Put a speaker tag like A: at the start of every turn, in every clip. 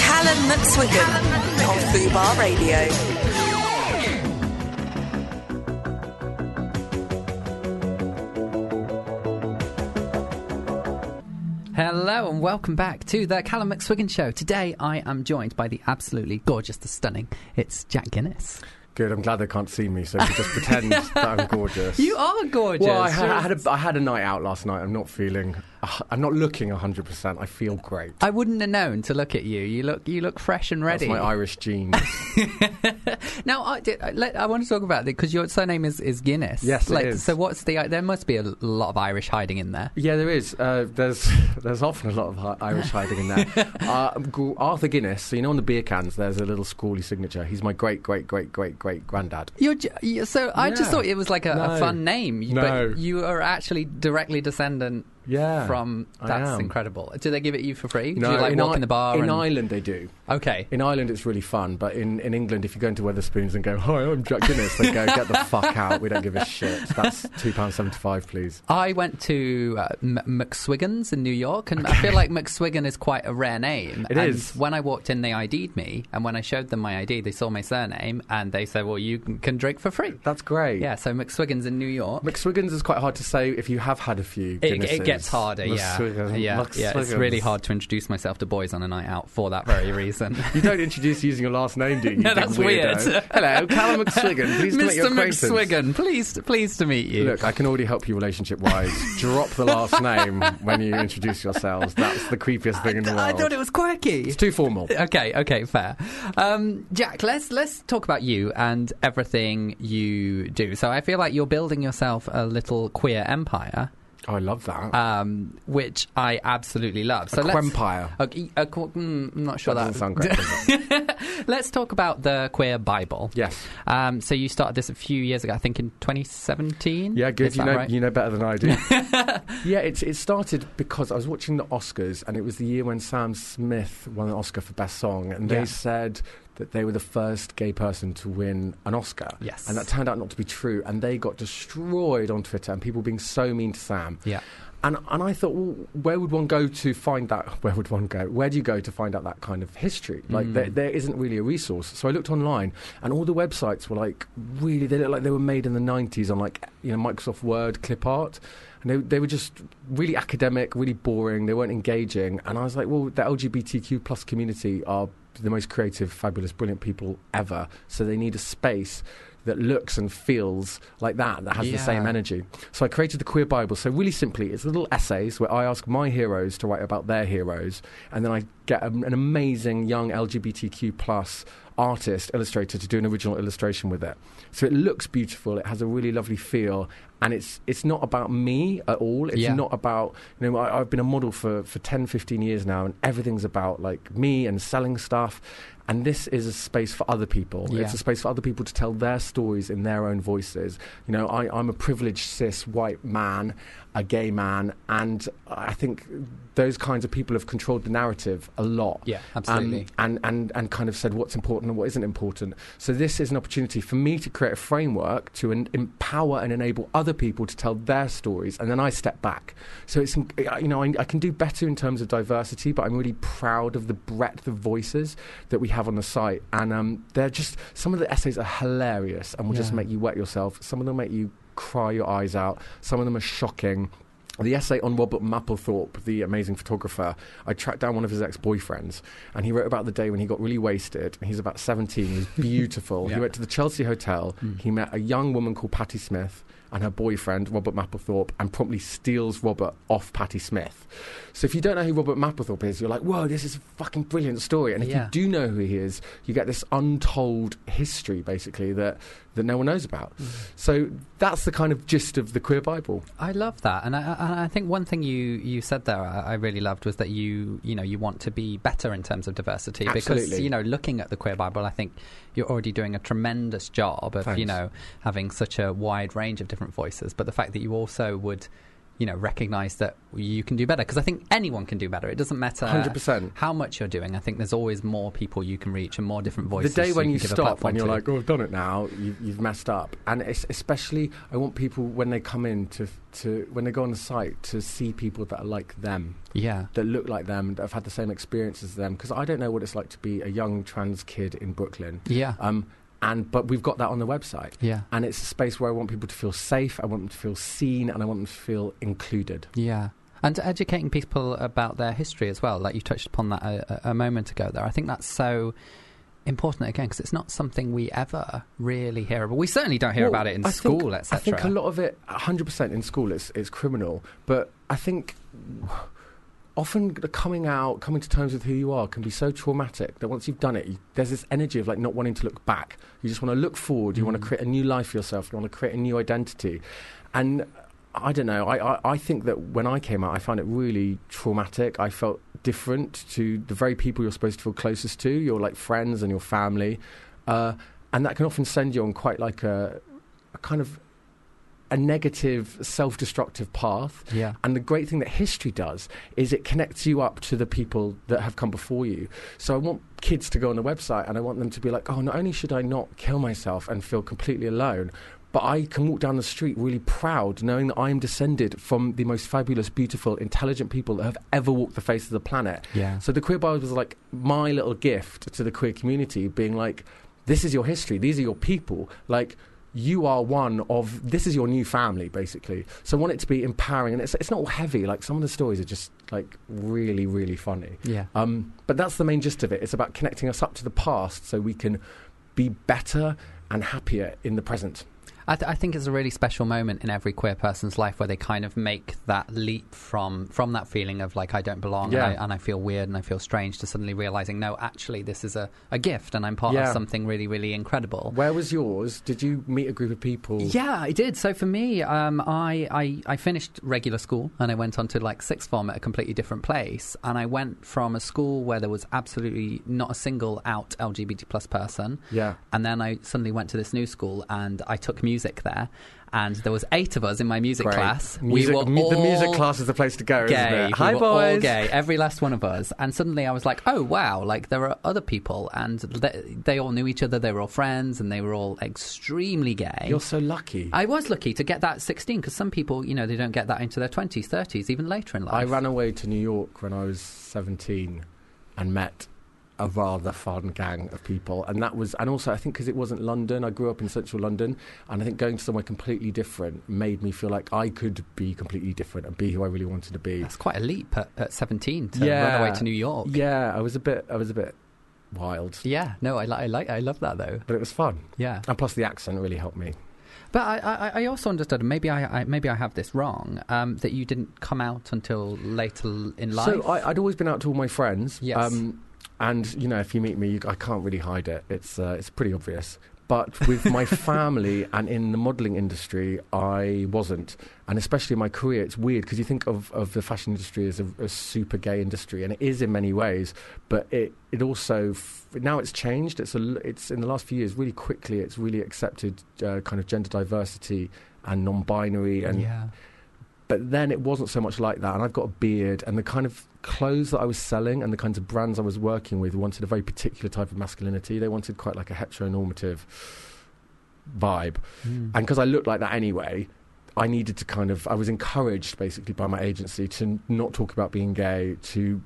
A: Callum McSwiggan on Fubar Radio.
B: Hello and welcome back to the Callum McSwiggan Show. Today I am joined by the absolutely gorgeous, the stunning. It's Jack Guinness.
C: Good. I'm glad they can't see me, so you can just pretend that I'm gorgeous.
B: You are gorgeous.
C: Well, I had, I, had a, I had a night out last night. I'm not feeling. uh, I'm not looking 100. percent I feel great.
B: I wouldn't have known to look at you. You look, you look fresh and
C: That's
B: ready.
C: my Irish genes.
B: now, I, did, I, let, I want to talk about it because your surname is, is Guinness.
C: Yes, it
B: like,
C: is.
B: So what's the? There must be a lot of Irish hiding in there.
C: yeah, there is. Uh, there's there's often a lot of hi- Irish hiding in there. Uh, Gu- Arthur Guinness. So you know, on the beer cans, there's a little scrawly signature. He's my great great great great great granddad.
B: You're ju- you so I just
C: Yeah.
B: thought it was like a, a
C: No.
B: fun name, you-
C: No.
B: but you are actually directly descendant
C: Yeah.
B: from.
C: I
B: That's
C: am.
B: incredible. Do they give it you for free?
C: No,
B: Do you like
C: in
B: walk
C: I-
B: in the bar?
C: In
B: and,
C: Ireland, they do.
B: okay.
C: In Ireland, it's really fun, but in, in England, if you go into Weatherspoons and go, "Hi, I'm Jack Guinness," they go, "Get the fuck out! We don't give a shit." That's two pounds seventy-five, please.
B: I went to uh, M- McSwiggan's in New York, and I feel like McSwiggan is quite a rare name.
C: It
B: and
C: is.
B: When I walked in, they ID'd me, and when I showed them my ID, they saw my surname, and they said, "Well, you can can drink for free."
C: That's great.
B: Yeah, so McSwiggan's in New York.
C: McSwiggins is quite hard to say if you have had a few.
B: It, it
C: Guinnesses.
B: gets harder, yeah.
C: McSwiggins,
B: Yeah, yeah, it's
C: McSwiggins.
B: really hard to introduce myself to boys on a night out for that very reason.
C: You don't introduce using your last name, do you?
B: No,
C: you
B: that's
C: big weirdo?
B: weird.
C: Hello, Callum McSwiggin. Please to make your
B: Mr.
C: acquaintance.
B: McSwiggan, pleased, pleased to meet you.
C: Look, I can already help you relationship-wise. Drop the last name when you introduce yourselves. That's the creepiest thing in the world.
B: I thought it was quirky.
C: it's too formal.
B: okay, okay, fair. Um, Jack, let's let's talk about you and everything you do. So I feel like you're building yourself a little queer empire,
C: Oh, I love that.
B: um, which I absolutely love. So
C: a
B: let's.
C: quempire.
B: Okay, a qu- mm, I'm not sure
C: That doesn't sound great. does it?
B: Let's talk about the queer Bible.
C: Yes.
B: Um, so you started this a few years ago, I think in 2017.
C: Yeah, good.
B: Is
C: You
B: that
C: know,
B: right?
C: you know better than I do. yeah, it's, it started because I was watching the Oscars, and it was the year when Sam Smith won an Oscar for Best Song, and
B: Yeah.
C: they said that they were the first gay person to win an Oscar.
B: Yes.
C: And that turned out not to be true, and they got destroyed on Twitter, and people being so mean to Sam.
B: Yeah.
C: And, and I thought, well, where would one go to find that? Where would one go? Where do you go to find out that kind of history? Like, there, there isn't really a resource. So I looked online, and all the websites were like really, they looked like they were made in the 90s on like, you know, Microsoft Word, clip art. And they, they were just really academic, really boring. They weren't engaging. And I was like, well, the LGBTQ plus community are the most creative, fabulous, brilliant people ever. So they need a space that looks and feels like that, that has
B: Yeah.
C: the same energy. So I created the Queer Bible. So really simply, it's little essays where I ask my heroes to write about their heroes, and then I get um, an amazing young LGBTQ plus artist illustrator to do an original illustration with it. So it looks beautiful. It has a really lovely feel, and it's it's not about me at all. It's
B: Yeah.
C: not about you know I, I've been a model for for 10, 15 years now, and everything's about like me and selling stuff. And this is a space for other people.
B: Yeah.
C: It's a space for other people to tell their stories in their own voices. You know, I, I'm a privileged cis white man, a gay man, and I think those kinds of people have controlled the narrative a lot.
B: Yeah,
C: Um,
B: absolutely.
C: and, and, and kind of said what's important and what isn't important. So this is an opportunity for me to create a framework to en- empower and enable other people to tell their stories, and then I step back. So it's en- you know I, I can do better in terms of diversity, but I'm really proud of the breadth of voices that we have on the site, and um, they're just some of the essays are hilarious and will just
B: Yeah.
C: make you wet yourself. Some of them make you cry your eyes out. Some of them are shocking. The essay on Robert Mapplethorpe, the amazing photographer, I tracked down one of his ex boyfriends and he wrote about the day when he got really wasted. He's about 17, he was beautiful.
B: Yeah.
C: He went to the Chelsea Hotel, he met a young woman called Patty Smith and her boyfriend, Robert Mapplethorpe, and promptly steals Robert off Patty Smith. So if you don't know who Robert Mapplethorpe is, you're like, whoa, this is a fucking brilliant story. And if
B: Yeah.
C: you do know who he is, you get this untold history, basically, that, that no one knows about.
B: Mm.
C: So that's the kind of gist of the Queer Bible.
B: I love that, and I, I- and I think one thing you, you said there I, I really loved was that you you know you want to be better in terms of diversity because
C: Absolutely.
B: you know looking at the queer Bible, I think you're already doing a tremendous job of you
C: Thanks.
B: know having such a wide range of different voices, but the fact that you also would you know, recognize that you can do better. Because I think anyone can do better. It doesn't matter
C: 100%.
B: how much you're doing. I think there's always more people you can reach and more different
C: the
B: voices.
C: day when
B: can
C: you
B: give a
C: stop
B: platform
C: and you're
B: to.
C: like, "Oh, I've done it now," you, you've messed up. And it's especially, I want people when they come in to to when they go on the site to see people that are like them,
B: yeah,
C: that look like them, that have had the same experience as them. Because I don't know what it's like to be a young trans kid in Brooklyn.
B: yeah,
C: Um, and but we've got that on the website,
B: yeah,
C: and it's a space where I want people to feel safe. I want them to feel seen, and I want them to feel included.
B: yeah. And educating people about their history as well. Like you touched upon that a, a a moment ago there. I think that's so important again because it's not something we ever really hear about. We certainly don't hear
C: Well,
B: about it in
C: I think-
B: school,
C: I think a
B: etc.
C: lot of it, 100% in school, it's, it's criminal. But I think often the coming out, coming to terms with who you are can be so traumatic that once you've done it, you, there's this energy of like not wanting to look back. You just want to look forward. You want
B: Mm.
C: to create a new life for yourself. You want to create a new identity. And I don't know. I, I, I think that when I came out, I found it really traumatic. I felt different to the very people you're supposed to feel closest to, your like friends and your family. Uh, and that can often send you on quite like a, a kind of a negative, self destructive path.
B: Yeah,
C: And the great thing that history does is it connects you up to the people that have come before you. So I want kids to go on the website and I want them to be like, oh, not only should I not kill myself and feel completely alone, but I can walk down the street really proud knowing that I am descended from the most fabulous, beautiful, intelligent people that have ever walked the face of the planet.
B: yeah,
C: So the Queer Bible was like my little gift to the queer community, being like, this is your history, these are your people, like. You are one of this is your new family, basically. So I want it to be empowering, and it's it's not all heavy. Like some of the stories are just like really, really funny.
B: yeah.
C: Um, but that's the main gist of it. It's about connecting us up to the past so we can be better and happier in the present.
B: I, th- I think it's a really special moment in every queer person's life where they kind of make that leap from from that feeling of like I don't belong
C: Yeah.
B: and, I, and I feel weird and I feel strange to suddenly realizing no, actually this is a, a gift and I'm part of
C: Yeah.
B: something really really incredible.
C: Where was yours? Did you meet a group of people?
B: Yeah, I did. So for me, um, I, I I finished regular school and I went on to like sixth form at a completely different place. And I went from a school where there was absolutely not a single out LGBT plus person
C: yeah.
B: and then I suddenly went to this new school and I took music there. And there was eight of us in my music
C: Great.
B: class.
C: Music-
B: we were
C: mu-
B: all
C: the music class is the place to go, isn't
B: gay.
C: it?
B: We
C: Hi,
B: were all
C: boys.
B: gay. Every last one of us. And suddenly I was like, oh wow! Like there are other people, and they, they all knew each other. They were all friends, and they were all extremely gay.
C: You're so lucky.
B: Eh? I was lucky to get that at 16 because some people, you know, they don't get that into their 20s, 30s, even later in life.
C: I ran away to New York when I was 17 and met a rather fun gang of people. And that was, and also I think because it wasn't London, I grew up in central London, and I think going to somewhere completely different made me feel like I could be completely different and be who I really wanted to be.
B: That's quite a leap at, at 17 to
C: Yeah.
B: run away to New York.
C: Yeah, I was a bit, I was a bit wild,
B: Yeah, no, I, li- I like, I love that though.
C: but it was fun.
B: Yeah.
C: And plus, the accent really helped me.
B: But I, I, I also understood, and maybe I, I maybe I have this wrong, um, that you didn't come out until later l- in life.
C: So I, I'd always been out to all my friends. um,
B: Yes.
C: and you know, if you meet me, you, I can't really hide it. It's uh, it's pretty obvious. But with my family and in the modelling industry, I wasn't, and especially in my career, it's weird because you think of, of the fashion industry as a, a super gay industry, and it is in many ways. But it it also f- now it's changed. It's a l it's in the last few years really quickly. It's really accepted uh, kind of gender diversity and non-binary and
B: yeah,
C: but then it wasn't so much like that and i've got a beard and the kind of clothes that i was selling and the kinds of brands i was working with wanted a very particular type of masculinity they wanted quite like a heteronormative vibe
B: Mm.
C: and because i looked like that anyway i needed to kind of i was encouraged basically by my agency to n- not talk about being gay to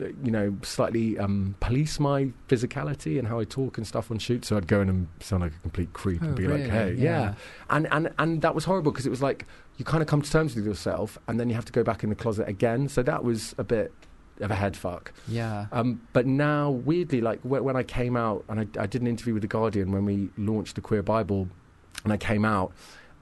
C: l- you know slightly um, police my physicality and how i talk and stuff on shoot so i'd go in and sound like a complete creep
B: Oh,
C: and be
B: really?
C: like hey yeah and and and that was horrible because it was like you kind of come to terms with yourself and then you have to go back in the closet again so that was a bit of a head fuck
B: yeah,
C: um, but now weirdly like wh- when i came out and I, I did an interview with the guardian when we launched the queer bible and i came out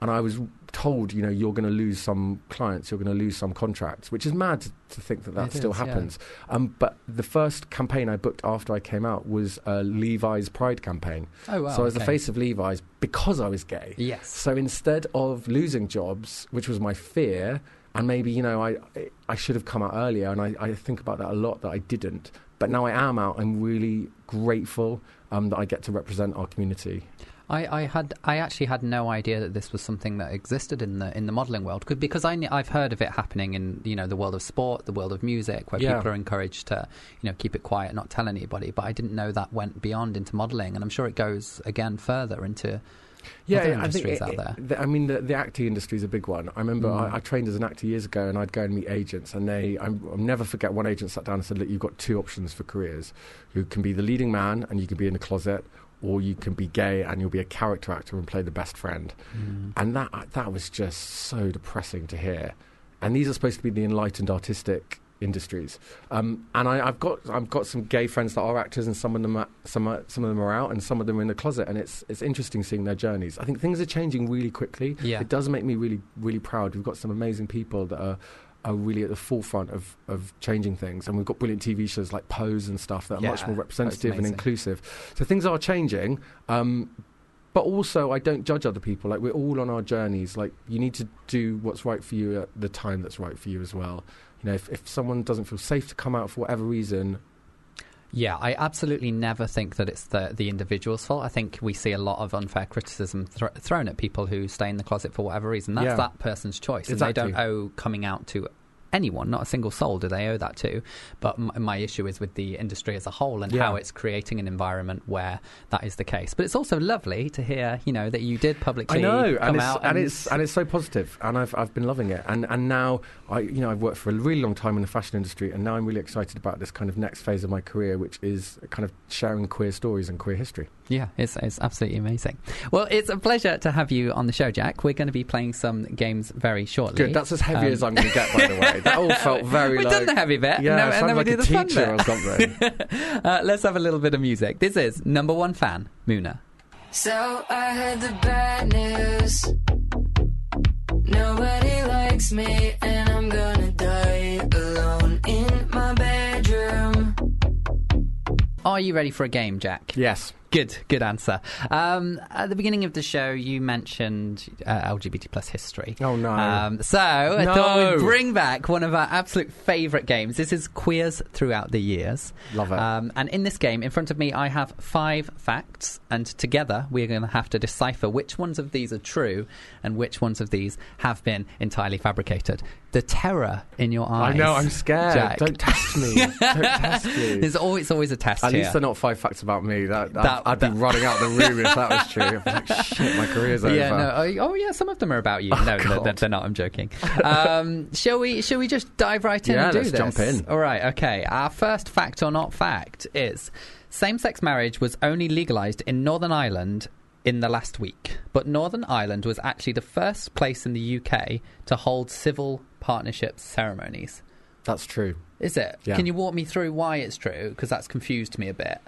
C: and i was told you know you're going to lose some clients you're going to lose some contracts which is mad to, to think that that
B: It
C: still
B: is, yeah.
C: happens um, but the first campaign i booked after i came out was a levi's pride campaign
B: Oh wow.
C: so i was the
B: okay.
C: face of levi's because i was gay
B: Yes.
C: so instead of losing jobs, which was my fear, and maybe you know I I should have come out earlier, and I, I think about that a lot that I didn't. But now I am out. I'm really grateful um, that I get to represent our community.
B: I, I had I actually had no idea that this was something that existed in the in the modeling world 'cause- because I kn- I've heard of it happening in you know the world of sport, the world of music, where
C: Yeah.
B: people are encouraged to you know keep it quiet, not tell anybody. But I didn't know that went beyond into modeling, and I'm sure it goes again further into other industries out there.
C: The, I mean, the, the acting industry is a big one. I remember I, I trained as an actor years ago, and I'd go and meet agents, and they, I'm, I'll never forget, one agent sat down and said, "Look, you've got two options for careers. You can be the leading man, and you can be in the closet." Or you can be gay and you'll be a character actor and play the best friend. And that, that was just so depressing to hear. And these are supposed to be the enlightened artistic industries. Um, and I, I've, got, I've got some gay friends that are actors, and some of, them are, some, are, some of them are out and some of them are in the closet. And it's, it's interesting seeing their journeys. I think things are changing really quickly.
B: Yeah.
C: It does make me really, really proud. We've got some amazing people that are, are really at the forefront of, of changing things. And we've got brilliant TV shows like Pose and stuff that are much
B: Yeah,
C: more
B: Pose is
C: representative and
B: amazing.
C: inclusive. So things are changing. Um, but also I don't judge other people. Like we're all on our journeys. Like you need to do what's right for you at the time that's right for you as well. You know, if, if someone doesn't feel safe to come out for whatever reason,
B: Yeah, I absolutely never think that it's the the individual's fault. I think we see a lot of unfair criticism thr thrown at people who stay in the closet for whatever reason. That's
C: Yeah.
B: that person's choice, and
C: Exactly.
B: they don't owe coming out to anyone. Not a single soul do they owe that to. But m- my issue is with the industry as a whole and
C: Yeah.
B: how it's creating an environment where that is the case. But it's also lovely to hear, you know, that you did publicly
C: I know,
B: come
C: and it's,
B: out
C: and, it's and it's so positive, and I've I've been loving it, and and now I you know I've worked for a really long time in the fashion industry, and now I'm really excited about this kind of next phase of my career, which is kind of sharing queer stories and queer history.
B: Yeah, it's, it's absolutely amazing. Well, it's a pleasure to have you on the show, Jack. We're going to be playing some games very shortly.
C: Good, that's as heavy
B: Um,
C: as I'm going to get, by the way. That all felt very
B: We've
C: like
B: done the heavy bit, and then,
C: yeah,
B: and
C: sounds
B: then
C: like
B: we do
C: a
B: the fun
C: teacher
B: bit.
C: or something.
B: Uh, let's have a little bit of music. This is number one fan, Muna.
D: So I heard the bad news. Nobody likes me, and I'm gonna die alone in my bedroom.
B: Are you ready for a game, Jack?
C: yes.
B: Good, good answer. Um, at the beginning of the show, you mentioned uh, LGBT plus history.
C: Oh, no.
B: Um, so I
C: No.
B: thought we'd bring back one of our absolute favourite games. This is Queers Throughout the Years.
C: Love it.
B: Um, and in this game, in front of me, I have five facts, and together we are going to have to decipher which ones of these are true and which ones of these have been entirely fabricated. The terror in your eyes.
C: I know, I'm scared.
B: Jack.
C: Don't test me. Don't test me.
B: There's always, it's always a test
C: At
B: here.
C: least they're not five facts about me. That, that,
B: That-
C: I'd
B: that-
C: be running out the room if that was true. I'd be like, shit, my career's over.
B: yeah, no. Oh, oh, yeah. Some of them are about you. no, no, they're,
C: God.
B: they're not. I'm joking. Um, shall we? Shall we just dive right in
C: Yeah,
B: and do
C: let's
B: this?
C: jump in.
B: All right. Okay. Our first fact or not fact is: same-sex marriage was only legalized in Northern Ireland in the last week, but Northern Ireland was actually the first place in the UK to hold civil partnership ceremonies.
C: That's true.
B: Is it?
C: Yeah.
B: Can you walk me through why it's true? Because that's confused me a bit.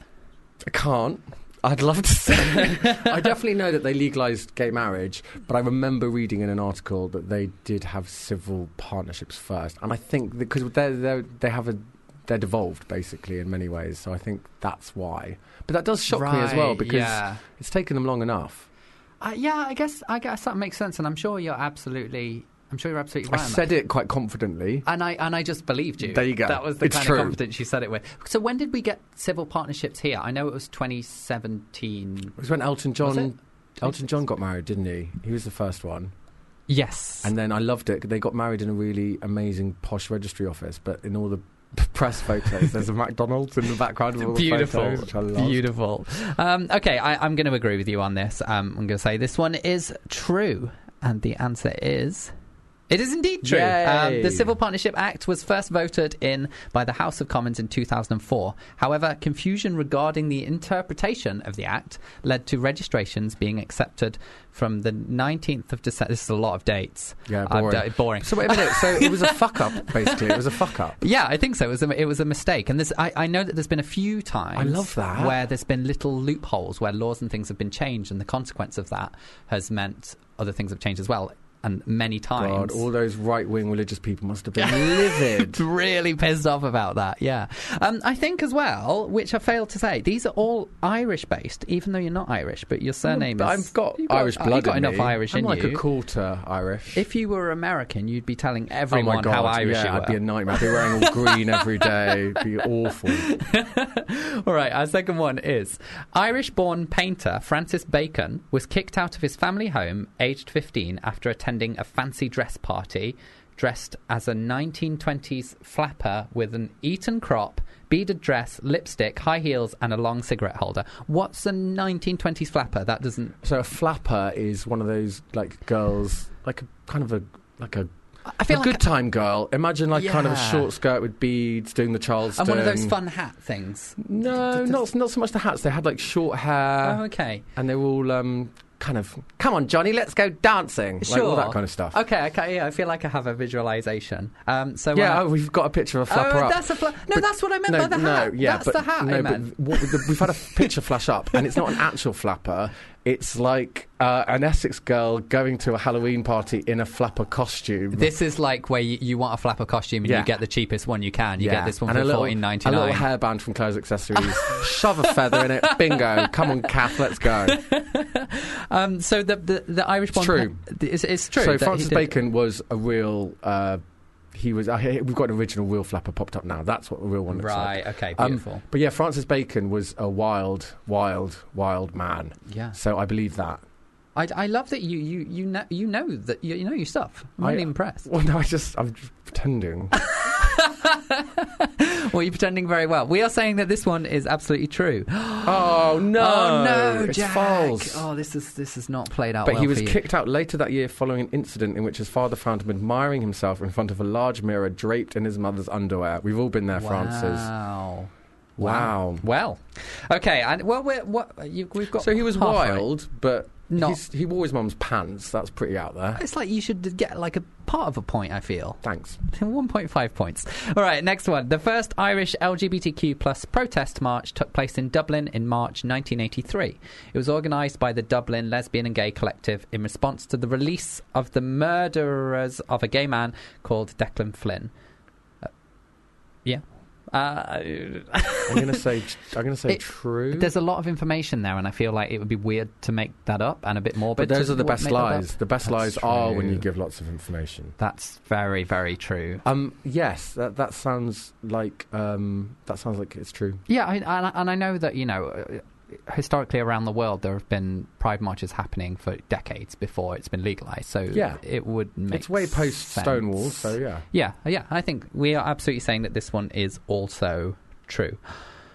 C: I can't. I'd love to say. I definitely know that they legalized gay marriage, but I remember reading in an article that they did have civil partnerships first, and I think because they're, they're they have a they're devolved basically in many ways, so I think that's why. But that does shock me as well
B: Right,
C: because
B: yeah.
C: it's taken them long enough.
B: Uh, yeah, I guess I guess that makes sense, and I'm sure you're absolutely, I'm sure you're absolutely
C: I
B: right. on that.
C: said it quite confidently.
B: and I and I just believed you.
C: There you go.
B: That was the
C: It's
B: kind
C: true.
B: of confidence you said it with. So when did we get civil partnerships here? I know it was 2017.
C: It was when Elton
B: Was it?
C: John. Elton John got married, didn't he? He was the first one.
B: Yes.
C: And then I loved it. They got married in a really amazing posh registry office, but in all the press photos, there's a McDonald's in the background of all the
B: Beautiful.
C: photos, which I love.
B: Beautiful. Um, okay, I, I'm going to agree with you on this. Um, I'm going to say this one is true, and the answer is. It is indeed true.
C: Yay.
B: Um, the Civil Partnership Act was first voted in by the House of Commons in 2004. However, confusion regarding the interpretation of the act led to registrations being accepted from the 19th of December. This is a lot of dates.
C: Yeah,
B: I've
C: boring.
B: d- boring.
C: So wait a minute. So it was a fuck up, basically. It was a fuck up.
B: Yeah, I think so. It was a, it was a mistake, and this I, I know that there's been a few times
C: I love that.
B: where there's been little loopholes where laws and things have been changed, and the consequence of that has meant other things have changed as well. and many times.
C: God, all those right wing religious people must have been livid.
B: really pissed off about that. Yeah, um, I think as well, which I failed to say, these are all Irish based, even though you're not Irish, but your surname
C: But
B: is.
C: I've got,
B: you've
C: Irish blood.
B: You've got
C: in
B: enough
C: me.
B: Irish
C: I'm
B: in
C: like
B: you.
C: a quarter Irish.
B: if you were American, you'd be telling
C: oh
B: everyone
C: my god,
B: how Irish
C: yeah,
B: you
C: I'd be
B: were.
C: a nightmare. I'd be wearing all green every day. It'd be awful.
B: All right, our second one is Irish born painter Francis Bacon was kicked out of his family home aged 15 after attending a fancy dress party dressed as a 1920s flapper with an Eton crop, beaded dress, lipstick, high heels, and a long cigarette holder. What's a 1920s flapper? That doesn't.
C: So a flapper is one of those like girls, like a kind of a like a,
B: I feel
C: a
B: like
C: good time girl. Imagine like kind of a
B: Yeah.
C: short skirt with beads, doing the Charleston.
B: I'm one of those fun hat things.
C: No, not not so much the hats. They had like short hair,
B: oh, okay.
C: and they were all um, kind of come on, Johnny, let's go dancing, like all that
B: Sure.
C: kind of stuff.
B: Okay, okay, yeah, I feel like I have a visualization. Um, so
C: Yeah,
B: uh,
C: oh, we've got a picture of a flapper
B: oh,
C: up.
B: that's a fla- no,
C: But-
B: that's what I meant by the hat.
C: No, yeah,
B: that's
C: but,
B: the hat
C: no,
B: I
C: but
B: meant.
C: what, the, we've had a picture flash up, and it's not an actual flapper. It's like uh, an Essex girl going to a Halloween party in a flapper costume.
B: This is like where you, you want a flapper costume and
C: Yeah.
B: you get the cheapest one you can. You
C: Yeah.
B: get this one
C: and
B: for
C: a little,
B: fourteen ninety
C: A little
B: nine.
C: hairband from Clothes Accessories. Shove a feather in it. Bingo. Come on, Kath, let's go.
B: Um, so the the, the Irish
C: It's
B: one,
C: true.
B: it's, it's true.
C: So
B: that he
C: Francis
B: did-
C: Bacon was a real. Uh, he was. I hear- we've got an original real flapper popped up now. That's what a real one looks like.
B: right? Okay,
C: Um,
B: beautiful.
C: But yeah, Francis Bacon was a wild, wild, wild man.
B: yeah,
C: So I believe that.
B: I, I love that you you you know you know that you, you know your stuff. I'm
C: I-
B: really impressed.
C: Well, no, I just I'm just pretending.
B: Well, you're pretending very well. We are saying that this one is absolutely true.
C: oh no!
B: oh no,
C: it's
B: Jack.
C: false.
B: Oh, this is this is not played out.
C: But
B: well
C: he was
B: for you.
C: kicked out later that year following an incident in which his father found him admiring himself in front of a large mirror draped in his mother's underwear. We've all been there, Francis.
B: Wow.
C: Wow.
B: Well, okay, and well, we're, what you, we've got.
C: So he was
B: half right.
C: wild, but
B: Not-
C: he's, he wore his mum's pants. That's pretty out there.
B: It's like you should get like a part of a point. I feel
C: Thanks.
B: 1.5 points. All right, next one. The first Irish LGBTQ plus protest march took place in Dublin in March 1983. It was organised by the Dublin Lesbian and Gay Collective in response to the release of the murderers of a gay man called Declan Flynn. Uh, yeah. Uh,
C: I'm gonna say I'm gonna say
B: It-
C: true.
B: There's a lot of information there, and I feel like it would be weird to make that up and a bit morbid.
C: but those
B: to
C: are the
B: w-
C: best
B: make that
C: lies.
B: up.
C: The best
B: That's
C: lies are when
B: true.
C: you give lots of information.
B: That's very, very true.
C: Um, yes, that that sounds like um, that sounds like it's true.
B: Yeah, I, and, I- and I know that you know. uh, Historically, around the world, there have been pride marches happening for decades before it's been legalized. So
C: Yeah.
B: it would make
C: it's way post
B: sense.
C: Stonewall, so yeah.
B: yeah, yeah. I think we are absolutely saying that this one is also true.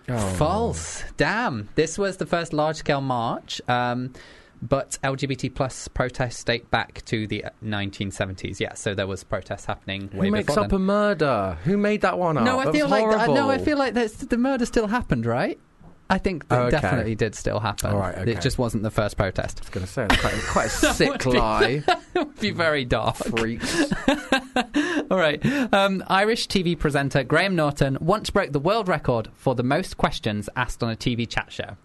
C: Oh.
B: False. Damn. This was the first large scale march, um, but LGBT plus protests date back to the 1970s. Yeah, so there was protests happening way
C: Who makes
B: before
C: up a
B: then.
C: murder? Who made that one up?
B: no, I
C: That
B: feel
C: was
B: like that,
C: horrible.
B: no, I feel like that's, the murder still happened, right? I think that
C: Oh, okay.
B: definitely did still happen.
C: All right, okay.
B: It just wasn't the first protest.
C: I was going to say it's quite, quite a sick
B: would be-
C: lie.
B: It would
C: Hmm.
B: be very dark.
C: Freaks.
B: All right. Um, Irish TV presenter Graham Norton once broke the world record for the most questions asked on a TV chat show.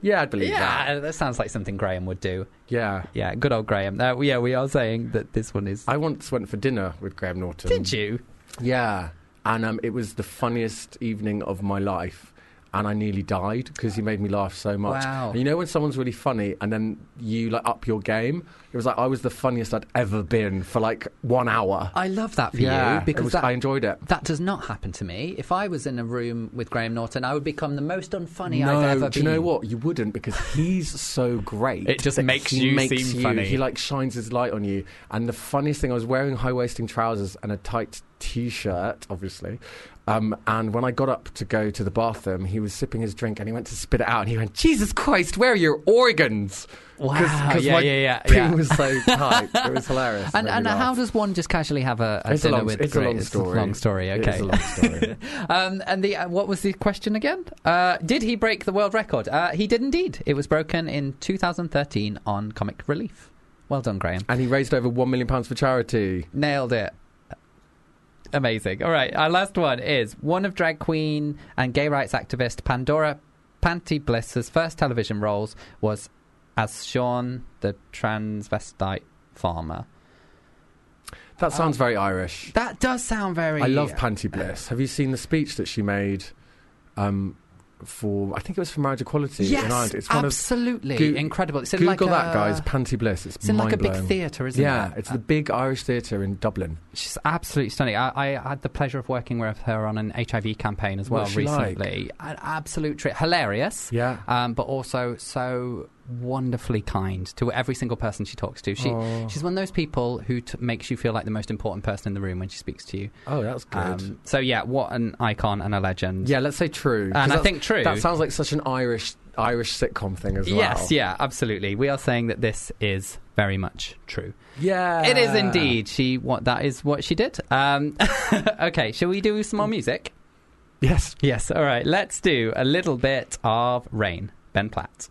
C: Yeah, I'd believe that.
B: Yeah, that sounds like something Graham would do.
C: Yeah.
B: Yeah, good old Graham. Uh, yeah, we are saying that this one is.
C: I once went for dinner with Graham Norton.
B: Did you?
C: Yeah. And um, it was the funniest evening of my life. And I nearly died because he made me laugh so much.
B: Wow.
C: And you know when someone's really funny and then you like up your game? It was like I was the funniest I'd ever been for like one hour.
B: I love that for
C: yeah,
B: you
C: it
B: because
C: was,
B: that,
C: I enjoyed it.
B: that does not happen to me. If I was in a room with Graham Norton, I would become the most unfunny
C: no,
B: I've ever
C: do
B: been.
C: you know what? You wouldn't because he's so great.
B: It just
C: that
B: makes
C: he
B: you
C: makes
B: seem
C: you-
B: funny.
C: He like shines his light on you. And the funniest thing, I was wearing high waisting trousers and a tight t-shirt, obviously. Um, and when I got up to go to the bathroom, he was sipping his drink and he went to spit it out and he went, "Jesus Christ, where are your organs?"
B: Wow, yeah, yeah,
C: my
B: yeah,
C: pee
B: yeah.
C: was so tight. it was hilarious.
B: And,
C: Made me
B: and
C: laugh.
B: how does one just casually have a, a
C: it's a
B: dinner
C: long,
B: with
C: it's a
B: Graham?
C: long story.
B: long story.
C: It
B: Okay.
C: is a long story.
B: Um, and the uh, what was the question again? Uh, did he break the world record? Uh, he did indeed. It was broken in 2013 on Comic Relief. Well done, Graham.
C: and he raised over one million pounds for charity.
B: Nailed it. Amazing. All right, our last one is one of drag queen and gay rights activist Pandora Panty Bliss's first television roles was as Sean the transvestite farmer. Oh.
C: That sounds very Irish.
B: That does sound very.
C: I love Panty Bliss. Have you seen the speech that she made um, for, I think it was for marriage equality in
B: Yes,
C: Ireland? It's one of.
B: absolutely
C: Goo-
B: incredible. It's in
C: Google
B: like a,
C: that, guys. Panty Bliss. It's,
B: It's in like a big
C: mind-blowing.
B: theatre, isn't
C: Yeah,
B: it? Uh,
C: it's the big Irish theatre in Dublin.
B: She's absolutely stunning. I, I had the pleasure of working with her on an HIV campaign as well
C: What's she like?
B: recently. An absolute trip. Hilarious.
C: Yeah.
B: Um, but also so wonderfully kind to every single person she talks to. She
C: Oh.
B: she's one of those people who t- makes you feel like the most important person in the room when she speaks to you.
C: Oh, that's good.
B: Um, so yeah, what an icon and a legend.
C: yeah, let's say true. 'cause
B: And I
C: that's-
B: think True-
C: That sounds like such an Irish Irish sitcom thing as well.
B: Yes, yeah, absolutely. We are saying that this is very much true.
C: Yeah.
B: it is indeed. She what that is what she did. Um, okay, shall we do some more music?
C: Yes.
B: Yes, all right. Let's do a little bit of Rain, Ben Platt.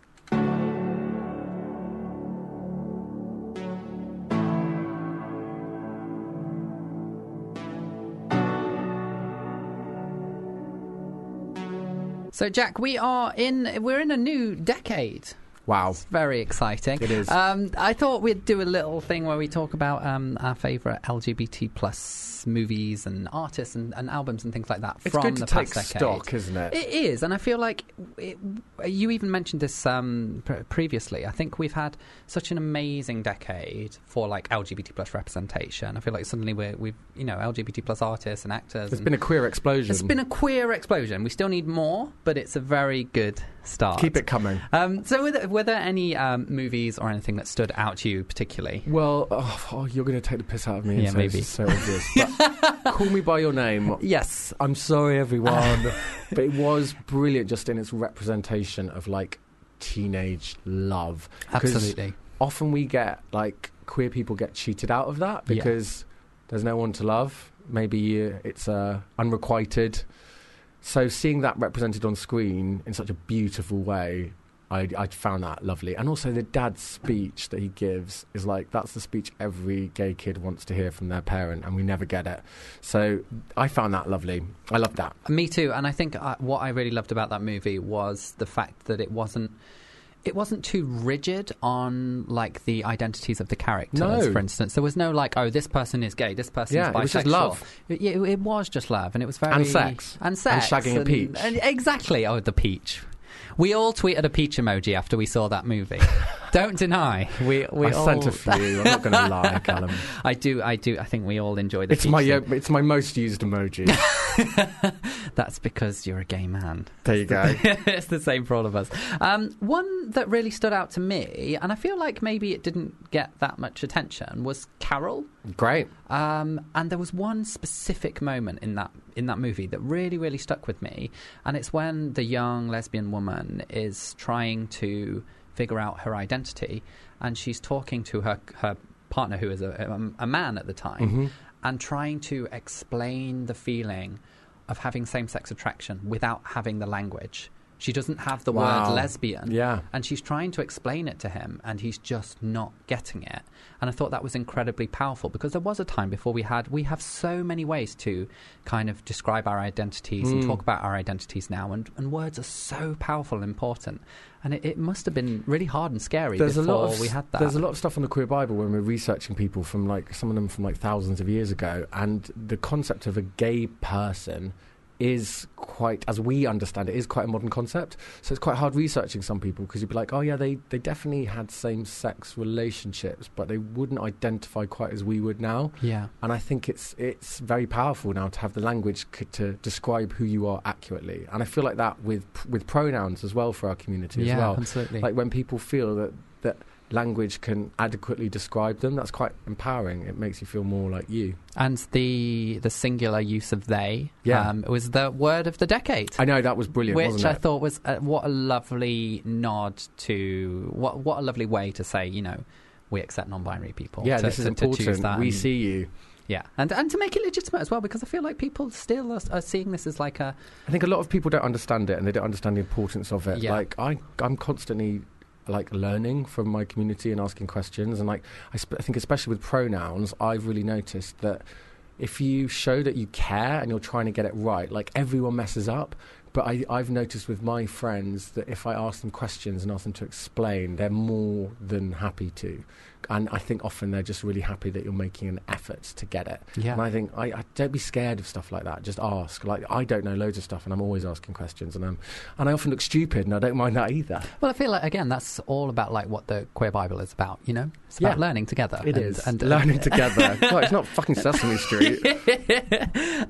B: So Jack, we are in we're in a new decade.
C: Wow.
B: It's very exciting.
C: It is.
B: Um, I thought we'd do a little thing where we talk about um, our favourite LGBT plus movies and artists and, and albums and things like that
C: It's
B: from
C: good to
B: the
C: take
B: past decade.
C: stock, isn't it?
B: It is, and I feel like it, you even mentioned this um, pre- previously. I think we've had such an amazing decade for like LGBT plus representation. I feel like suddenly we're, we've you know LGBT plus artists and actors.
C: It's
B: and
C: been a queer explosion.
B: it's been a queer explosion. We still need more, but it's a very good start.
C: Keep it coming.
B: Um, so, were there, were there any um, movies or anything that stood out to you particularly?
C: Well, oh, oh, you're going to take the piss out of me. and
B: Yeah,
C: say it's
B: maybe.
C: So obvious. But call me by your name.
B: Yes.
C: I'm sorry, everyone, but it was brilliant just in its representation of like teenage love. 'Cause
B: Absolutely.
C: Often we get like queer people get cheated out of that
B: Yeah.
C: because there's no one to love. Maybe uh, it's uh, unrequited. So seeing that represented on screen in such a beautiful way. I, I found that lovely, and also the dad's speech that he gives is like that's the speech every gay kid wants to hear from their parent, and we never get it. So I found that lovely. I love that.
B: Me too. And I think uh what I really loved about that movie was the fact that it wasn't. It wasn't too rigid on like the identities of the characters.
C: No.
B: For instance, there was no like, oh, this person is gay, this person
C: Yeah,
B: is bisexual.
C: it was just love.
B: It, yeah, it, it was just love, and it was very
C: And sex.
B: and
C: And
B: sex
C: shagging a
B: and-
C: peach.
B: and- exactly. Oh, the peach. We all tweeted a peach emoji after we saw that movie. Don't deny. We we
C: I
B: all
C: sent a few. I'm not going to lie, Callum.
B: I do, I do. I think we all enjoy the.
C: It's my
B: feature.
C: uh, it's my most used emoji.
B: That's because you're a gay man.
C: there you go.
B: it's the same for all of us. Um, one that really stood out to me, and I feel like maybe it didn't get that much attention, was Carol.
C: Great.
B: Um, and there was one specific moment in that in that movie that really, really stuck with me, and it's when the young lesbian woman is trying to figure out her identity, and she's talking to her her partner who is a, um, a, a man at the time,
C: Mm-hmm.
B: and trying to explain the feeling of having same sex attraction without having the language. She doesn't have the
C: Wow.
B: word lesbian,
C: Yeah.
B: and she's trying to explain it to him, and he's just not getting it. And I thought that was incredibly powerful because there was a time before we had, we have so many ways to kind of describe our identities and
C: Hmm.
B: talk about our identities now, and, and words are so powerful and important. And it, it must have been really hard and scary before we had that.
C: There's a lot of stuff on the Queer Bible when we're researching people from like some of them from like thousands of years ago, and the concept of a gay person is quite, as we understand it, is quite a modern concept. So it's quite hard researching some people because you'd be like, oh yeah, they they definitely had same sex relationships, but they wouldn't identify quite as we would now.
B: yeah.
C: And I think it's it's very powerful now to have the language c- to describe who you are accurately. And I feel like that with with pronouns as well for our community
B: yeah,
C: as well.
B: absolutely.
C: Like when people feel that that language can adequately describe them, that's quite empowering. It makes you feel more like you.
B: and the the singular use of they
C: Yeah.
B: um, was the word of the decade.
C: I know that was brilliant,
B: which
C: wasn't
B: I
C: it?
B: thought was uh what a lovely nod to what what a lovely way to say you know we accept non-binary people.
C: yeah,
B: to-
C: this is
B: to- to choose
C: important.
B: that
C: we
B: and-
C: see you.
B: yeah, and and to make it legitimate as well because I feel like people still are, are seeing this as like a
C: I think a lot of people don't understand it, and they don't understand the importance of it.
B: Yeah.
C: Like I, I'm constantly like learning from my community and asking questions, and like I, sp- I think especially with pronouns, I've really noticed that if you show that you care and you're trying to get it right, like everyone messes up. But I, I've noticed with my friends that if I ask them questions and ask them to explain, they're more than happy to. And I think often they're just really happy that you're making an effort to get it.
B: Yeah.
C: And I think I, I don't be scared of stuff like that. Just ask. Like I don't know loads of stuff, and I'm always asking questions, and I'm and I often look stupid, and I don't mind that either.
B: Well, I feel like again that's all about like what the queer Bible is about. You know, it's about
C: Yeah.
B: learning together.
C: It
B: and,
C: is
B: and, uh,
C: learning together. well, it's not fucking Sesame Street.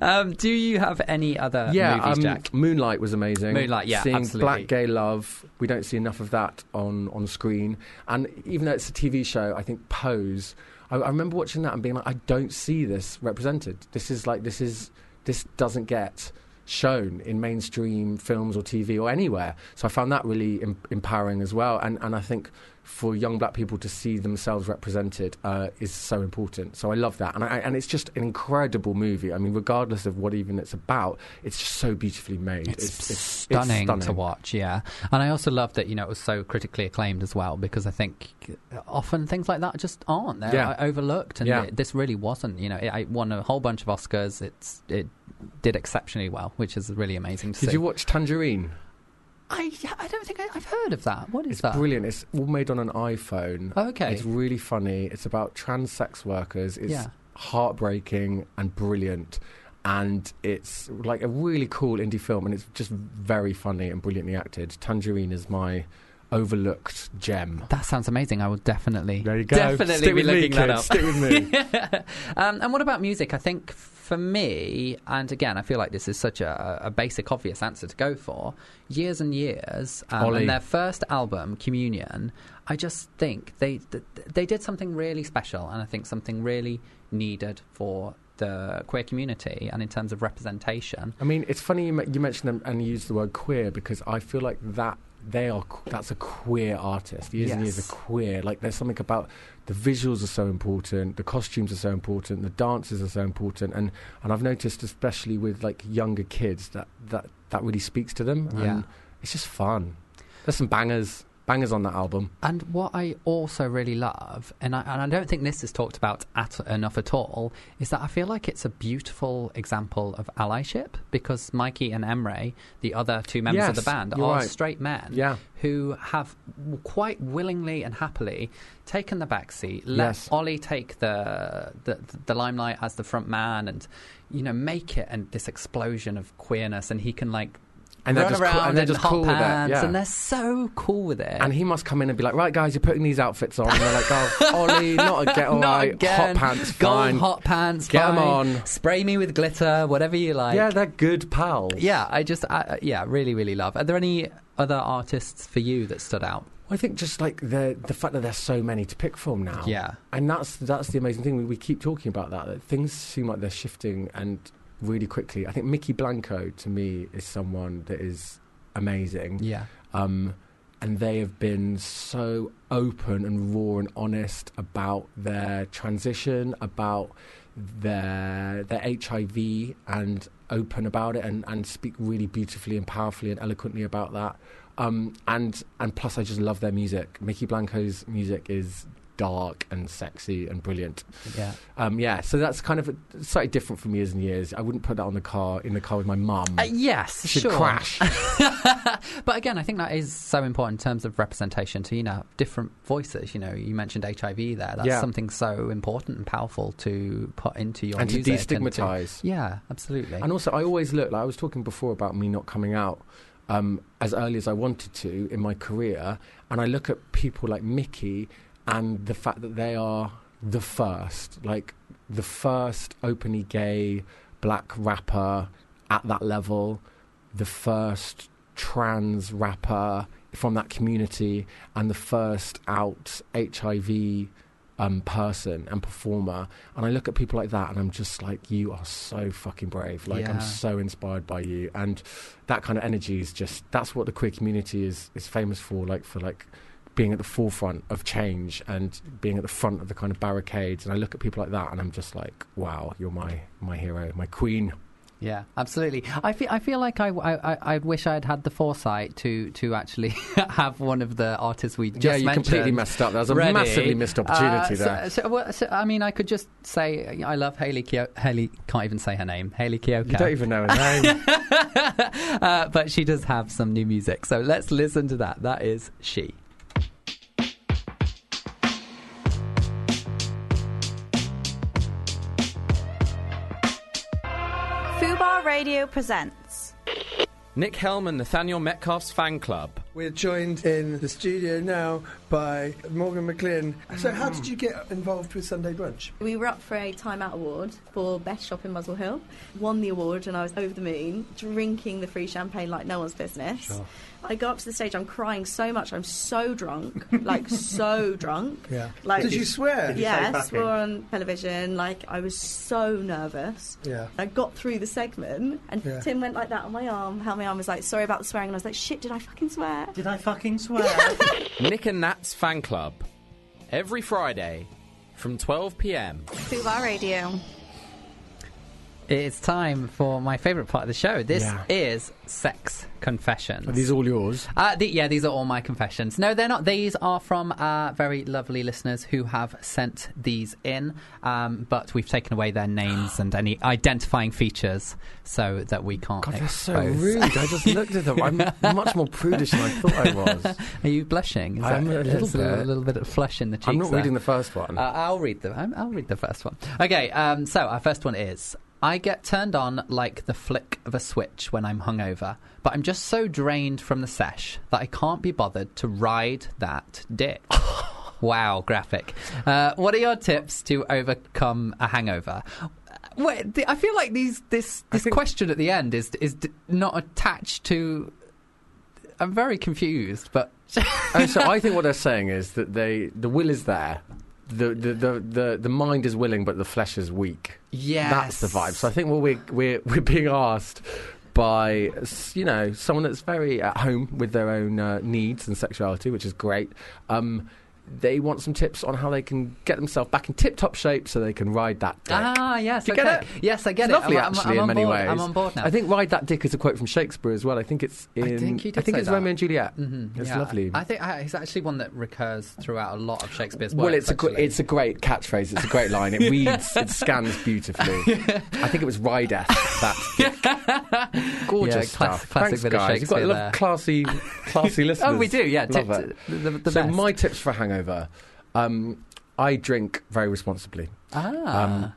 B: um, do you have any other movies,
C: um,
B: Jack?
C: Moonlight was amazing.
B: Moonlight, yeah,
C: seeing
B: absolutely.
C: black gay love. We don't see enough of that on on screen. And even though it's a TV show, I think Pose. I, I remember watching that and being like, I don't see this represented. This is like this is this doesn't get shown in mainstream films or TV or anywhere. So I found that really em- empowering as well. And and I think for young black people to see themselves represented uh, is so important. So I love that, and I, and it's just an incredible movie. I mean, regardless of what even it's about, it's just so beautifully made.
B: It's, stunning, to watch, yeah. And I also love that you know it was so critically acclaimed as well because I think often things like that just aren't they're uh,
C: Yeah.
B: overlooked, and
C: Yeah.
B: it- this really wasn't. You know, it, it won a whole bunch of Oscars. It's it did exceptionally well, which is really amazing to
C: Did
B: see.
C: you watch Tangerine?
B: I I don't think I, I've heard of that. What is
C: It's
B: that?
C: brilliant. It's all made on an iPhone.
B: Okay.
C: It's really funny. It's about trans sex workers. It's
B: Yeah.
C: heartbreaking and brilliant. And it's like a really cool indie film, and it's just very funny and brilliantly acted. Tangerine is my overlooked gem.
B: That sounds amazing. I will definitely,
C: There you go.
B: definitely
C: Stick
B: be
C: with me,
B: looking that
C: kids.
B: up.
C: Stick with me.
B: um, and what about music? I think for me, and again, I feel like this is such a, a basic, obvious answer to go for. Years and years, um,
C: Ollie.
B: and their first album, Communion. I just think they th- they did something really special, and I think something really needed for the queer community, and in terms of representation.
C: I mean, it's funny you, me- you mentioned them and you used the word queer because I feel like that they are qu- that's a queer artist. Years and years
B: Yes.
C: are queer. Like there's something about the visuals are so important, the costumes are so important, the dances are so important, and and I've noticed especially with like younger kids that that that really speaks to them. and
B: Yeah.
C: it's just fun. There's some bangers, bangers on that album.
B: And what I also really love, and I, and I don't think this is talked about at, enough at all, is that I feel like it's a beautiful example of allyship because Mikey and Emre, the other two members of
C: Yes,
B: the band,
C: you're
B: are
C: right.
B: straight men
C: Yeah.
B: who have w- quite willingly and happily taken the back seat, let
C: Yes.
B: Ollie take the, the the limelight as the front man, and you know make it and this explosion of queerness, and he can like.
C: And they're
B: run
C: just cool-
B: around
C: and they're
B: in
C: just
B: hot
C: cool with it,
B: pants,
C: yeah.
B: and they're so cool with it.
C: And he must come in and be like, right, guys, you're putting these outfits on. And they're like, oh, Ollie, not again. All
B: Not
C: right,
B: again.
C: hot pants,
B: Gold
C: fine.
B: hot pants.
C: Get 'em
B: fine.
C: on.
B: Spray me with glitter, whatever you like.
C: yeah, they're good pals.
B: Yeah, I just, I, yeah, really, really love. Are there any other artists for you that stood out?
C: I think just like the the fact that there's so many to pick from now.
B: Yeah.
C: and that's that's the amazing thing. We, we keep talking about that. That things seem like they're shifting and really quickly. I think Mickey Blanco to me is someone that is amazing.
B: Yeah.
C: Um, and they have been so open and raw and honest about their transition, about their their HIV, and open about it, and, and speak really beautifully and powerfully and eloquently about that. Um, and and plus, I just love their music. Mickey Blanco's music is dark and sexy and brilliant.
B: Yeah.
C: Um, yeah, so that's kind of a, slightly different from years and years. I wouldn't put that on the car in the car with my mum.
B: Uh, yes,
C: She'd
B: sure.
C: Mm. crash.
B: But again, I think that is so important in terms of representation to, you know, different voices. You know, you mentioned HIV there. That's
C: Yeah.
B: something so important and powerful to put into your
C: and to
B: music and to-
C: destigmatize.
B: yeah, absolutely.
C: And also, I always look like I was talking before about me not coming out um, as early as I wanted to in my career, and I look at people like Mickey and the fact that they are the first, like the first openly gay black rapper at that level, the first trans rapper from that community, and the first out HIV um, person and performer. And I look at people like that, and I'm just like, you are so fucking brave. Like
B: Yeah.
C: I'm so inspired by you, and that kind of energy is just that's what the queer community is is famous for. Like for like being at the forefront of change and being at the front of the kind of barricades and i look at people like that and i'm just like wow you're my my hero my queen
B: Yeah, absolutely. I feel I feel like I, I, I- I wish I had had the foresight to to actually have one of the artists we just
C: yeah, you
B: mentioned
C: completely messed up. That was a
B: ready.
C: massively missed opportunity
B: Uh, so-
C: there.
B: So, well, so, I mean, I could just say I love Haley. Keo- Haley can't even say her name. Haley Kiyoko.
C: You don't even know her name.
B: uh, but she does have some new music. So let's listen to that. That is she.
E: Fubar Radio presents.
F: Nick Helm and Nathaniel Metcalf's fan club.
G: We're joined in the studio now by Morgan McLean. So, how did you get involved with Sunday Brunch?
H: We were up for a Time Out award for best shop in Muswell Hill. Won the award, and I was over the moon, drinking the free champagne like no one's business. I go up to the stage, I'm crying so much, I'm so drunk, like so drunk.
G: Yeah.
H: Like,
G: Did you swear?
H: Yes, we were on television. Like I was so nervous.
G: Yeah.
H: I got through the segment, and
G: Yeah.
H: Tim went like that on my arm, held my arm, was like, "Sorry about the swearing," and I was like, "Shit, did I fucking swear?"
I: Did I fucking swear?
F: Nick and Nat's fan club. Every Friday from 12 pm.
E: Fubar Radio.
B: It's time for my favorite part of the show. This
C: Yeah.
B: is sex confessions.
C: Are these all yours?
B: Uh, the, yeah, these are all my confessions. No, they're not. These are from uh, very lovely listeners who have sent these in, um, but we've taken away their names and any identifying features so that we can't.
C: God, they're so
B: expose.
C: rude. I just looked at them. I'm much more prudish than I thought I was.
B: Are you blushing? Is
C: I'm a little
B: there's A
C: bit.
B: little bit of flush in the cheeks.
C: I'm not
B: there.
C: reading the first one.
B: Uh, I'll read the. I'm, I'll read the first one. Okay. Um, so our first one is: I get turned on like the flick of a switch when I'm hungover, but I'm just so drained from the sesh that I can't be bothered to ride that dick. wow, graphic. Uh, what are your tips to overcome a hangover? Uh, Wait, th- I feel like these this this question at the end is is d- not attached to. I'm very confused, but
C: Oh, so I think what they're saying is that they the will is there. The, the, the, the, the mind is willing, but the flesh is weak.
B: yeah,
C: That's the vibe. So I think what we're, we're, we're being asked by, s- you know, someone that's very at home with their own uh, needs and sexuality, which is great. Um, they want some tips on how they can get themselves back in tip-top shape so they can ride that dick.
B: Ah, yes.
C: Do you
B: okay.
C: get it?
B: Yes, I get
C: It's
B: it.
C: lovely,
B: I'm, I'm-
C: actually,
B: I'm
C: in
B: on
C: many
B: board.
C: ways.
B: I'm on board now.
C: I think "Ride That Dick" is a quote from Shakespeare as well. I think it's in.
B: think he did
C: I think
B: say
C: it's
B: that.
C: Romeo and Juliet.
B: Mhm,
C: It's
B: yeah.
C: lovely.
B: I think uh, it's actually one that recurs throughout a lot of Shakespeare's works.
C: well, it's a gr-
B: actually.
C: it's a great catchphrase. It's a great line. It reads, it scans beautifully. I think it was Rydeth that gorgeous
B: Yeah, class-
C: stuff.
B: classic
C: Thanks,
B: bit of
C: guys. You've got a
B: Shakespeare
C: lot
B: there.
C: of classy, classy listeners.
B: Oh, we do, yeah.
C: Love
B: Tip-
C: it.
B: t- the, the
C: so
B: best.
C: my tips for hangover: um, I drink very responsibly.
B: ah,
C: Um,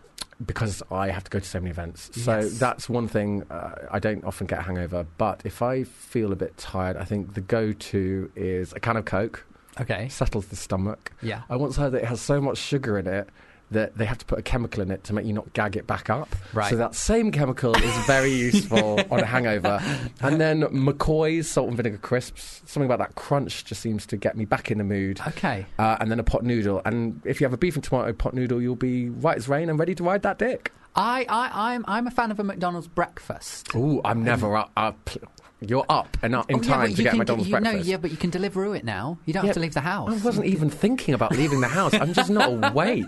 C: because I have to go to so many events. So
B: Yes.
C: that's one thing uh, I don't often get a hangover. But if I feel a bit tired, I think the go to is a can of Coke,
B: okay,
C: settles the stomach.
B: yeah.
C: I once heard that it has so much sugar in it that they have to put a chemical in it to make you not gag it back up.
B: Right.
C: So that same chemical is very useful on a hangover. And then McCoy's salt and vinegar crisps, something about that crunch just seems to get me back in the mood.
B: Okay,
C: Uh, and then a pot noodle. And if you have a beef and tomato pot noodle, you'll be right as rain and ready to ride that dick.
B: I, I, I'm, I'm a fan of a McDonald's breakfast.
C: Ooh, I'm never up. up. You're up and up in
B: Oh, yeah,
C: time
B: but
C: to
B: you
C: get
B: can-
C: McDonald's
B: you,
C: breakfast. Oh,
B: No, yeah, but you can deliver it now. You don't
C: Yeah,
B: have to leave the
C: I
B: house.
C: wasn't even thinking about leaving the house. I'm just not awake.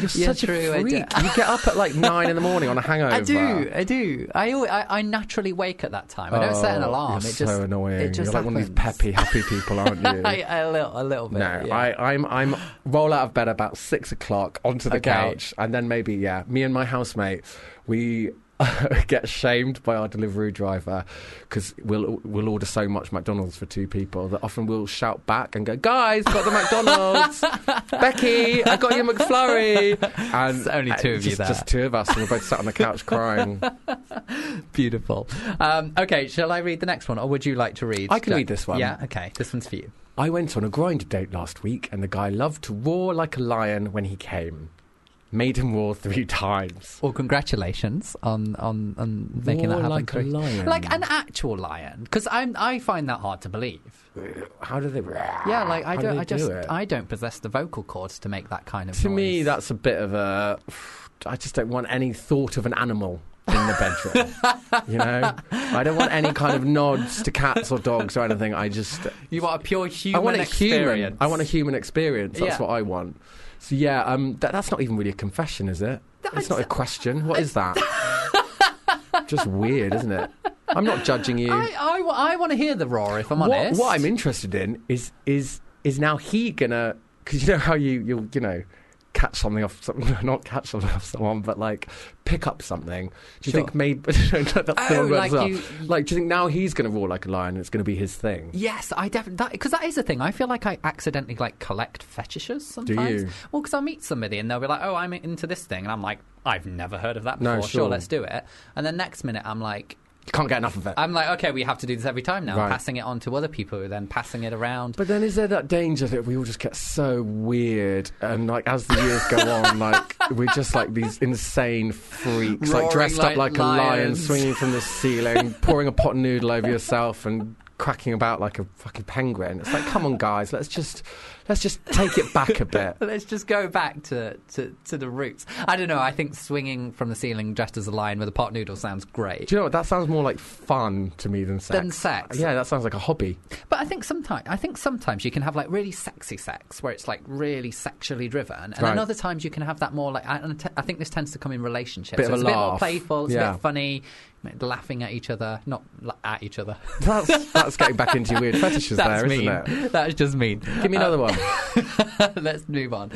C: You're
B: Yeah,
C: such
B: true, I
C: a
B: do.
C: freak. You get up at like nine in the morning on a hangover.
B: I do, I do. I, al- I, I naturally wake at that time. I don't set an
C: Oh,
B: alarm.
C: You're
B: it just
C: so annoying.
B: It just
C: you're like one of these
B: happens.
C: peppy, happy people, aren't you?
B: I, a little, a little bit.
C: no,
B: yeah.
C: I, I'm I'm roll out of bed about six o'clock onto the
B: Okay.
C: couch, and then maybe yeah, me and my housemate, we. get shamed by our delivery driver because we'll we'll order so much McDonald's for two people that often we'll shout back and go, "Guys, got the McDonald's, Becky, I got your McFlurry." And
B: It's only two
C: uh,
B: of you
C: just,
B: there.
C: just two of us, and we're both sat on the couch crying.
B: Beautiful. Um, okay, shall I read the next one, or would you like to read?
C: I can read this one.
B: Yeah. Okay, this one's for you.
C: I went on a grinder date last week, and the guy loved to roar like a lion when he came. Made him roar three times.
B: Well, congratulations on on, on making that
C: Roar
B: happen.
C: like a
B: three-
C: lion.
B: Like an actual lion, because I'm I find that hard to believe.
C: How do they?
B: Yeah, like I
C: Ah, How do
B: don't,
C: they
B: I just,
C: do it?
B: I don't possess the vocal cords to make that kind of.
C: to me,
B: noise.
C: that's a bit of a. I just don't want any thought of an animal in the bedroom. you know, I don't want any kind of nods to cats or dogs or anything. I just
B: you want a pure human
C: I want a
B: experience.
C: human. I want a human experience. That's
B: Yeah.
C: what I want. So yeah, um, that, that's not even really a confession, is it? it's not a question. What is that? Just weird, isn't it? I'm not judging you.
B: I, I, want to hear the roar, if I'm
C: what,
B: honest.
C: what I'm interested in is is is now he gonna? Because you know how you you you know catch something off someone, not catch something off someone, but like pick up something. Do you
B: Sure.
C: think maybe that's the
B: Oh,
C: wrong word
B: like
C: as well.
B: you-
C: like do you think now he's gonna roar like a lion? and It's gonna be his thing.
B: Yes, I definitely because that is a thing. I feel like I accidentally like collect fetishes sometimes.
C: you?
B: Well, because I'll meet somebody and they'll be like, "Oh, I'm into this thing," and I'm like, "I've never heard of that
C: No,
B: before."
C: sure.
B: let's do it. And then next minute, I'm like,
C: You can't get enough of it.
B: I'm like, okay, we have to do this every time now.
C: Right.
B: Passing it on to other people, who then passing it around.
C: But then is there that danger that we all just get so weird and like as the years go on, like we're just like these insane freaks,
B: Roaring
C: like dressed
B: like
C: up like a lion,
B: lions.
C: swinging from the ceiling, pouring a pot noodle over yourself and cracking about like a fucking penguin. It's like, come on guys, let's just let's just take it back a bit.
B: Let's just go back to, to, to the roots. I don't know. I think swinging from the ceiling dressed as a lion with a pot noodle sounds great.
C: Do you know what? That sounds more like fun to me than sex.
B: Than sex.
C: Yeah, that sounds like a hobby.
B: But I think sometimes I think sometimes you can have like really sexy sex where it's like really sexually driven, and then
C: Right.
B: other times you can have that more like I, and t- I think this tends to come in relationships.
C: Bit
B: So
C: of
B: it's
C: a
B: a bit more
C: laugh.
B: playful, it's a
C: Yeah.
B: bit funny, laughing at each other, not la- at each other.
C: That's that's getting back into your weird fetishes
B: That's
C: there,
B: mean.
C: not it?
B: That's just mean.
C: Give me another one.
B: Let's move on.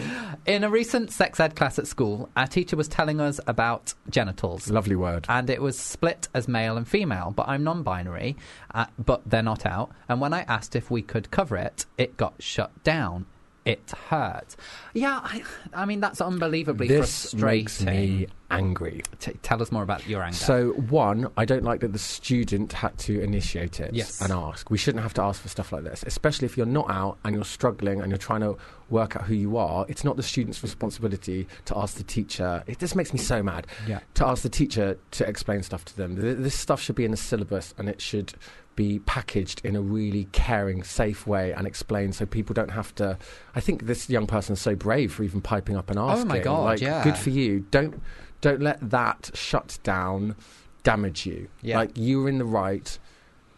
B: In a recent sex ed class at school, our teacher was telling us about genitals.
C: Lovely word.
B: And it was split as male and female, but I'm non binary, uh, but they're not out. And when I asked if we could cover it, it got shut down. It hurt. Yeah, I, I mean, that's unbelievably
C: This
B: frustrating.
C: makes me angry.
B: T- tell us more about your anger.
C: So one, I don't like that the student had to initiate it
B: Yes.
C: and ask. We shouldn't have to ask for stuff like this, especially if you're not out and you're struggling and you're trying to work out who you are. It's not the student's responsibility to ask the teacher. It, this makes me so mad.
B: Yeah.
C: To ask the teacher to explain stuff to them. Th- This stuff should be in the syllabus and it should be packaged in a really caring, safe way and explained so people don't have to. I think this young person's so brave for even piping up and asking.
B: Oh my God,
C: Like,
B: yeah.
C: Good for you. Don't don't let that shut down damage you.
B: Yeah.
C: Like you're in the right.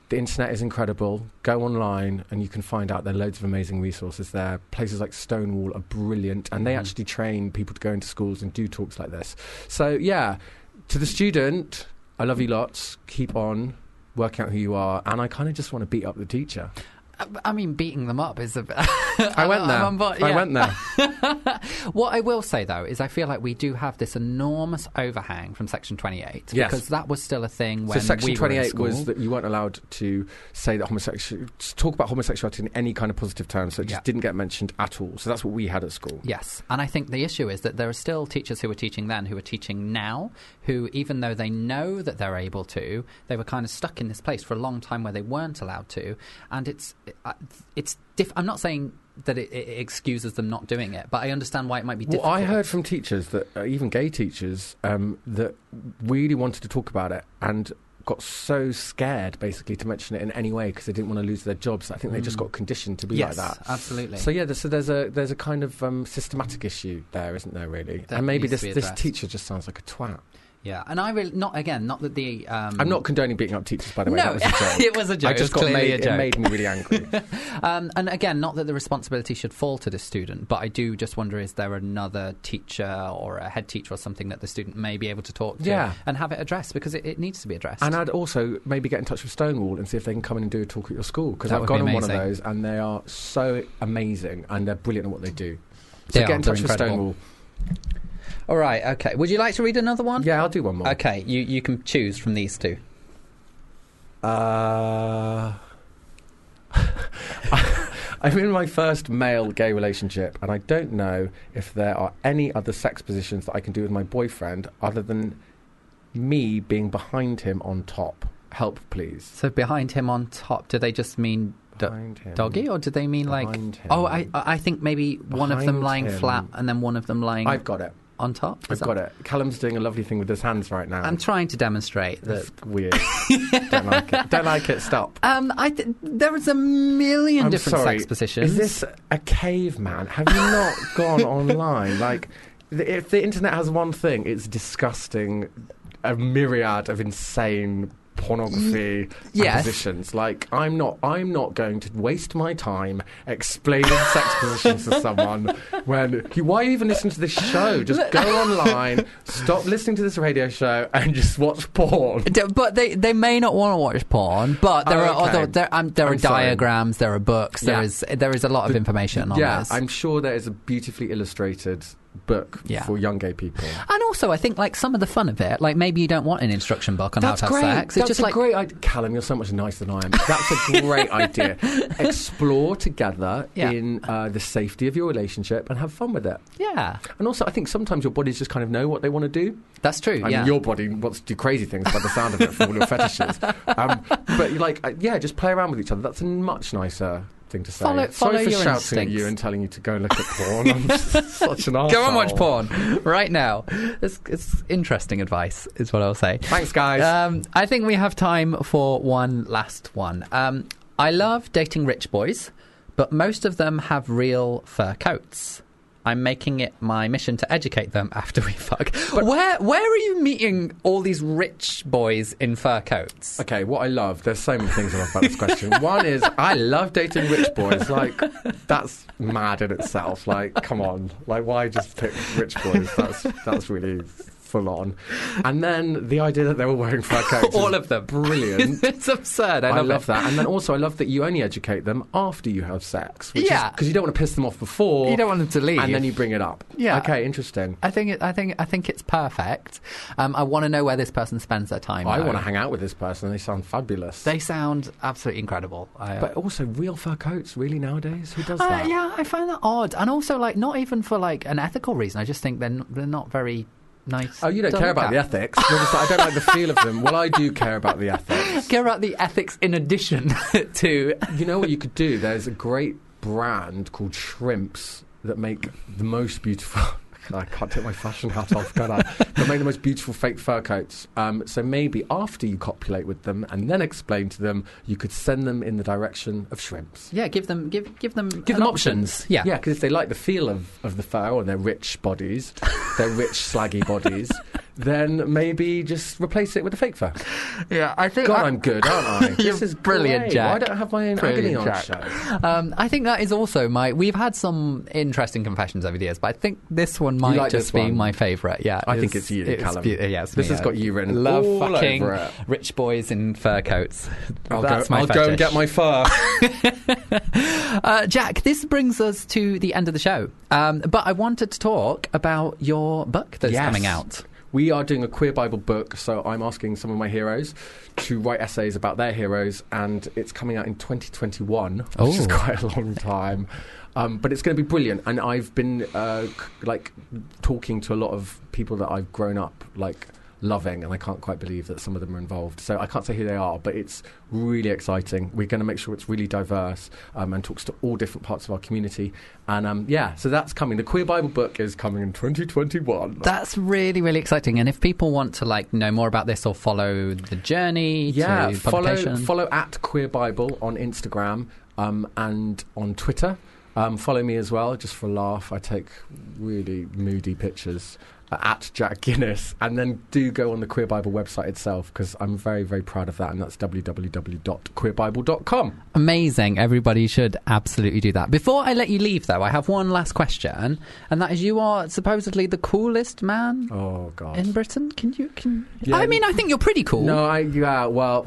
C: The internet is incredible. Go online and you can find out there are loads of amazing resources there. Places like Stonewall are brilliant and they
B: Mhm.
C: actually train people to go into schools and do talks like this. So yeah, to the student, I love you lots. Keep on working out who you are. And I kind of just want to beat up the teacher.
B: I, Uh, I mean, beating them up is a bit.
C: I went there.
B: Uh, on board,
C: I
B: yeah.
C: went there.
B: what I will say though is I feel like we do have this enormous overhang from Section 28
C: Yes.
B: because that was still a thing when
C: So section
B: we were in
C: 28 was
B: school.
C: that you weren't allowed to say that homosexual talk about homosexuality in any kind of positive terms. So it just
B: Yeah.
C: didn't get mentioned at all. So that's what we had at school.
B: Yes, and I think the issue is that there are still teachers who were teaching then who are teaching now who, even though they know that they're able to, they were kind of stuck in this place for a long time where they weren't allowed to, and it's uh, it's. Diff- I'm not saying that it, it excuses them not doing it, but I understand why it might be difficult.
C: Well, I heard from teachers that uh, even gay teachers um, that really wanted to talk about it and got so scared basically to mention it in any way because they didn't want to lose their jobs. I think they just
B: Mm.
C: got conditioned to be
B: yes,
C: like that.
B: absolutely.
C: So yeah, there's- so there's a there's a kind of um, systematic issue there, isn't there? Really,
B: That
C: and maybe
B: needs
C: this
B: to be
C: this
B: addressed.
C: teacher just sounds like a twat.
B: yeah, and I really not again not that the um,
C: I'm not condoning beating up teachers, by the way.
B: No,
C: that was a joke.
B: it was a joke.
C: I
B: it
C: just
B: was
C: got
B: clearly
C: made,
B: a joke.
C: It made me really angry.
B: Um, and again, not that the responsibility should fall to the student, but I do just wonder is there another teacher or a head teacher or something that the student may be able to talk to
C: Yeah.
B: and have it addressed because it, it needs to be addressed.
C: and I'd also maybe get in touch with Stonewall and see if they can come in and do a talk at your school because
B: That
C: I've
B: would
C: gone
B: be
C: on one of
B: amazing.
C: those and they are so amazing and they're brilliant at what they do.
B: They
C: So
B: are,
C: get in
B: they're
C: touch with
B: incredible.
C: Stonewall.
B: All right, okay. Would you like to read another one?
C: Yeah, I'll do one more.
B: Okay, you, you can choose from these two.
C: Uh, I'm in my first male gay relationship, and I don't know if there are any other sex positions that I can do with my boyfriend other than me being behind him on top. Help, please.
B: So behind him on top, do they just mean do-
C: Behind him.
B: doggy or do they mean like.
C: Behind him.
B: Oh, I, I think maybe one of them
C: Behind
B: lying
C: him.
B: flat and then one of them lying
C: I've got it.
B: on top.
C: I've got it. Callum's doing a lovely thing with his hands right now.
B: I'm trying to demonstrate that
C: That's weird. don't like it. Don't like it. Stop.
B: Um, I th- there is a 1000000
C: I'm
B: different
C: sorry.
B: sex positions.
C: Is this a caveman? Have you not gone online? Like, th- if the internet has one thing, it's disgusting. A myriad of insane pornography
B: Mm, yes.
C: positions. Like I'm not I'm not going to waste my time explaining sex positions to someone when you- why even listen to this show? Just go online, stop listening to this radio show and just watch porn.
B: D- But they, they may not want to watch porn, but there
C: Oh,
B: are
C: okay.
B: other there, um, there are
C: I'm sorry.
B: diagrams, there are books, there
C: Yeah.
B: is there is a lot of information on
C: yeah,
B: this.
C: I'm sure there is a beautifully illustrated book
B: Yeah.
C: for young gay people.
B: and also, I think like some of the fun of it, like maybe you don't want an instruction book on how to have sex. It's
C: That's
B: just
C: a
B: like
C: great idea. Callum, you're so much nicer than I am. That's a great idea. Explore together
B: Yeah.
C: in uh, the safety of your relationship and have fun with it.
B: yeah,
C: And also, I think sometimes your bodies just kind of know what they want to do.
B: that's true.
C: I
B: yeah,
C: mean, your body wants to do crazy things by the sound of it from all your fetishes. Um, but you're like, uh, yeah, just play around with each other. That's a much nicer thing to say.
B: Follow- follow
C: Sorry for
B: your
C: shouting at
B: instincts.
C: you and telling you to go and look at porn. I'm such an arsehole.
B: Go and watch porn right now. It's, it's interesting advice, is what I'll say.
C: Thanks, guys.
B: Um, I think we have time for one last one. Um, I love dating rich boys, but most of them have real fur coats. I'm making it my mission to educate them after we fuck. where where are you meeting all these rich boys in fur coats?
C: Okay, what I love, there's so many things I love about this question. One is I love dating rich boys. Like, that's mad in itself. Like, come on. Like, why just pick rich boys? That's that's really full on. And then the idea that they were wearing fur coats.
B: All
C: is
B: of them.
C: Brilliant.
B: it's absurd. I
C: I
B: love,
C: love,
B: it.
C: that. And then also, I love that you only educate them after you have sex. Which
B: Yeah.
C: Because you don't want to piss them off before.
B: You don't want them to leave.
C: And then you bring it up.
B: Yeah.
C: Okay, interesting.
B: I think it, I think I think it's perfect. Um, I want to know where this person spends their time.
C: I
B: though.
C: want to hang out with this person. They sound fabulous.
B: They sound absolutely incredible. I,
C: but also, real fur coats, really, nowadays? Who does
B: Uh,
C: that?
B: yeah, I find that odd, and also like not even for like an ethical reason. I just think they're n- they're not very nice.
C: Oh, you don't
B: to
C: care
B: look
C: about the
B: at.
C: ethics. You're just like, I don't like the feel of them. Well, I do care about the ethics.
B: Care about the ethics in addition to
C: You know what you could do? There's a great brand called Shrimps that make the most beautiful. I can't take my fashion hat off, can I? That make the most beautiful fake fur coats. Um, so maybe after you copulate with them and then explain to them, you could send them in the direction of shrimps.
B: yeah. Give them give give them
C: Give
B: an
C: them
B: options.
C: options.
B: Yeah.
C: Yeah, because if they like the feel of, of the fur on their rich bodies, their rich, slaggy bodies, then maybe just replace it with a fake fur.
B: yeah. I think
C: God, I'm good, aren't I?
B: You're brilliant,
C: great.
B: Jack.
C: Why don't I have my own agony
B: Brilliant,
C: on
B: Jack.
C: show?
B: Um, I think that is also my. We've had some interesting confessions over the years, but I think this one might
C: like
B: just
C: this
B: be
C: one?
B: my favourite. Yeah,
C: I think it's you, Callum.
B: beau- yeah, it's
C: This
B: me,
C: has
B: I
C: got you written
B: Love
C: all
B: fucking
C: over it.
B: rich boys in fur coats.
C: I'll,
B: That's
C: go,
B: my
C: I'll go and
B: fetish.
C: get my fur.
B: Uh, Jack, this brings us to the end of the show. Um, but I wanted to talk about your book that's
C: Yes.
B: coming out.
C: we are doing a queer Bible book, so I'm asking some of my heroes to write essays about their heroes, and it's coming out in 2021, which is
B: Ooh.
C: quite a long time. Um, but it's going to be brilliant, and I've been uh, c- like talking to a lot of people that I've grown up like loving, and I can't quite believe that some of them are involved. So I can't say who they are, but it's really exciting. We're going to make sure it's really diverse um, and talks to all different parts of our community. And um, yeah, so that's coming. The Queer Bible book is coming in 2021.
B: That's really, really exciting. And if people want to like know more about this or follow the journey,
C: yeah
B: to
C: follow
B: publication,
C: follow at queer bible on instagram um, and on twitter um, follow me as well just for a laugh i take really moody pictures uh, at jack guinness and then do go on the queer bible website itself because i'm very very proud of that and that's www.queerbible.com
B: Amazing. Everybody should absolutely do that. Before I let you leave, though, I have one last question, and that is you are supposedly the coolest man
C: oh god
B: in Britain. Can you? Can
C: Yeah.
B: I mean, I think you're pretty cool.
C: No, I yeah. Well,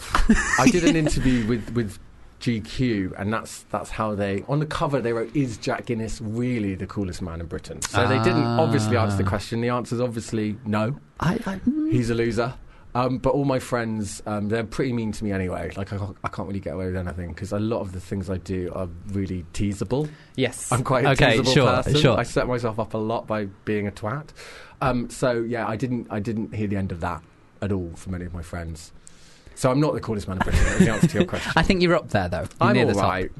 C: I did an interview with with GQ, and that's that's how they on the cover they wrote, "Is Jack Guinness really the coolest man in Britain?" So they didn't obviously answer the
B: Ah.
C: question. The answer's obviously no.
B: I, I, mm.
C: He's a loser. Um, but all my friends, um, they're pretty mean to me anyway. Like I can't, I can't really get away with anything because a lot of the things I do are really teasable.
B: yes,
C: I'm quite a
B: okay.
C: teasable
B: sure,
C: person.
B: sure.
C: I set myself up a lot by being a twat. Um, so yeah, I didn't I didn't hear the end of that at all from any of my friends. So I'm not the coolest man in Britain. That's the answer to your question.
B: I think you're up there though. You're
C: I'm
B: near
C: all
B: the top.
C: right.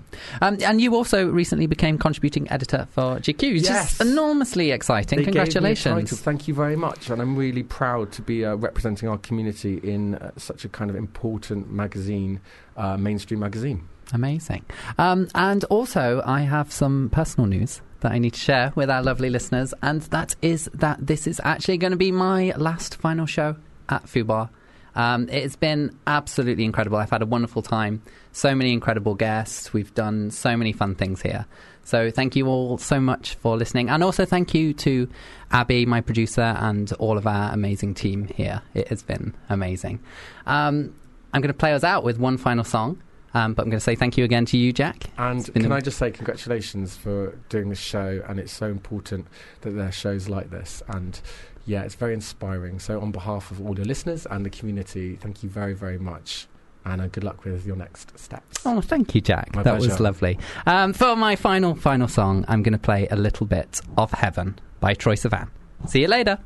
B: Um, and you also recently became contributing editor for GQ, which
C: Yes.
B: is enormously exciting.
C: They gave me a title.
B: Congratulations.
C: Thank you very much, and I'm really proud to be uh, representing our community in uh, such a kind of important magazine, uh, mainstream magazine.
B: Amazing. Um, and also, I have some personal news that I need to share with our lovely listeners, and that is that this is actually going to be my last final show at Fubar. Um, it's been absolutely incredible. I've had a wonderful time. So many incredible guests. We've done so many fun things here. So thank you all so much for listening, and also thank you to Abby, my producer, and all of our amazing team here. It has been amazing. Um, I'm going to play us out with one final song, um, but I'm going to say thank you again to you, Jack.
C: And
B: been
C: can
B: a-
C: I just say congratulations for doing this show? And it's so important that there are shows like this. And yeah, it's very inspiring. So on behalf of all the listeners and the community, thank you very, very much. And uh, good luck with your next steps.
B: Oh, thank you, Jack.
C: My
B: that was
C: pleasure.
B: lovely. Um, for my final, final song, I'm going to play a little bit of Heaven by Troy Sivan. See you later.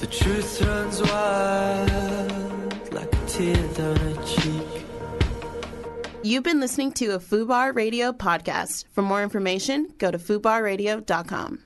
I: The truth runs wild like a tear down a cheek.
J: You've been listening to a FUBAR Radio podcast. For more information, go to fubarradio.com.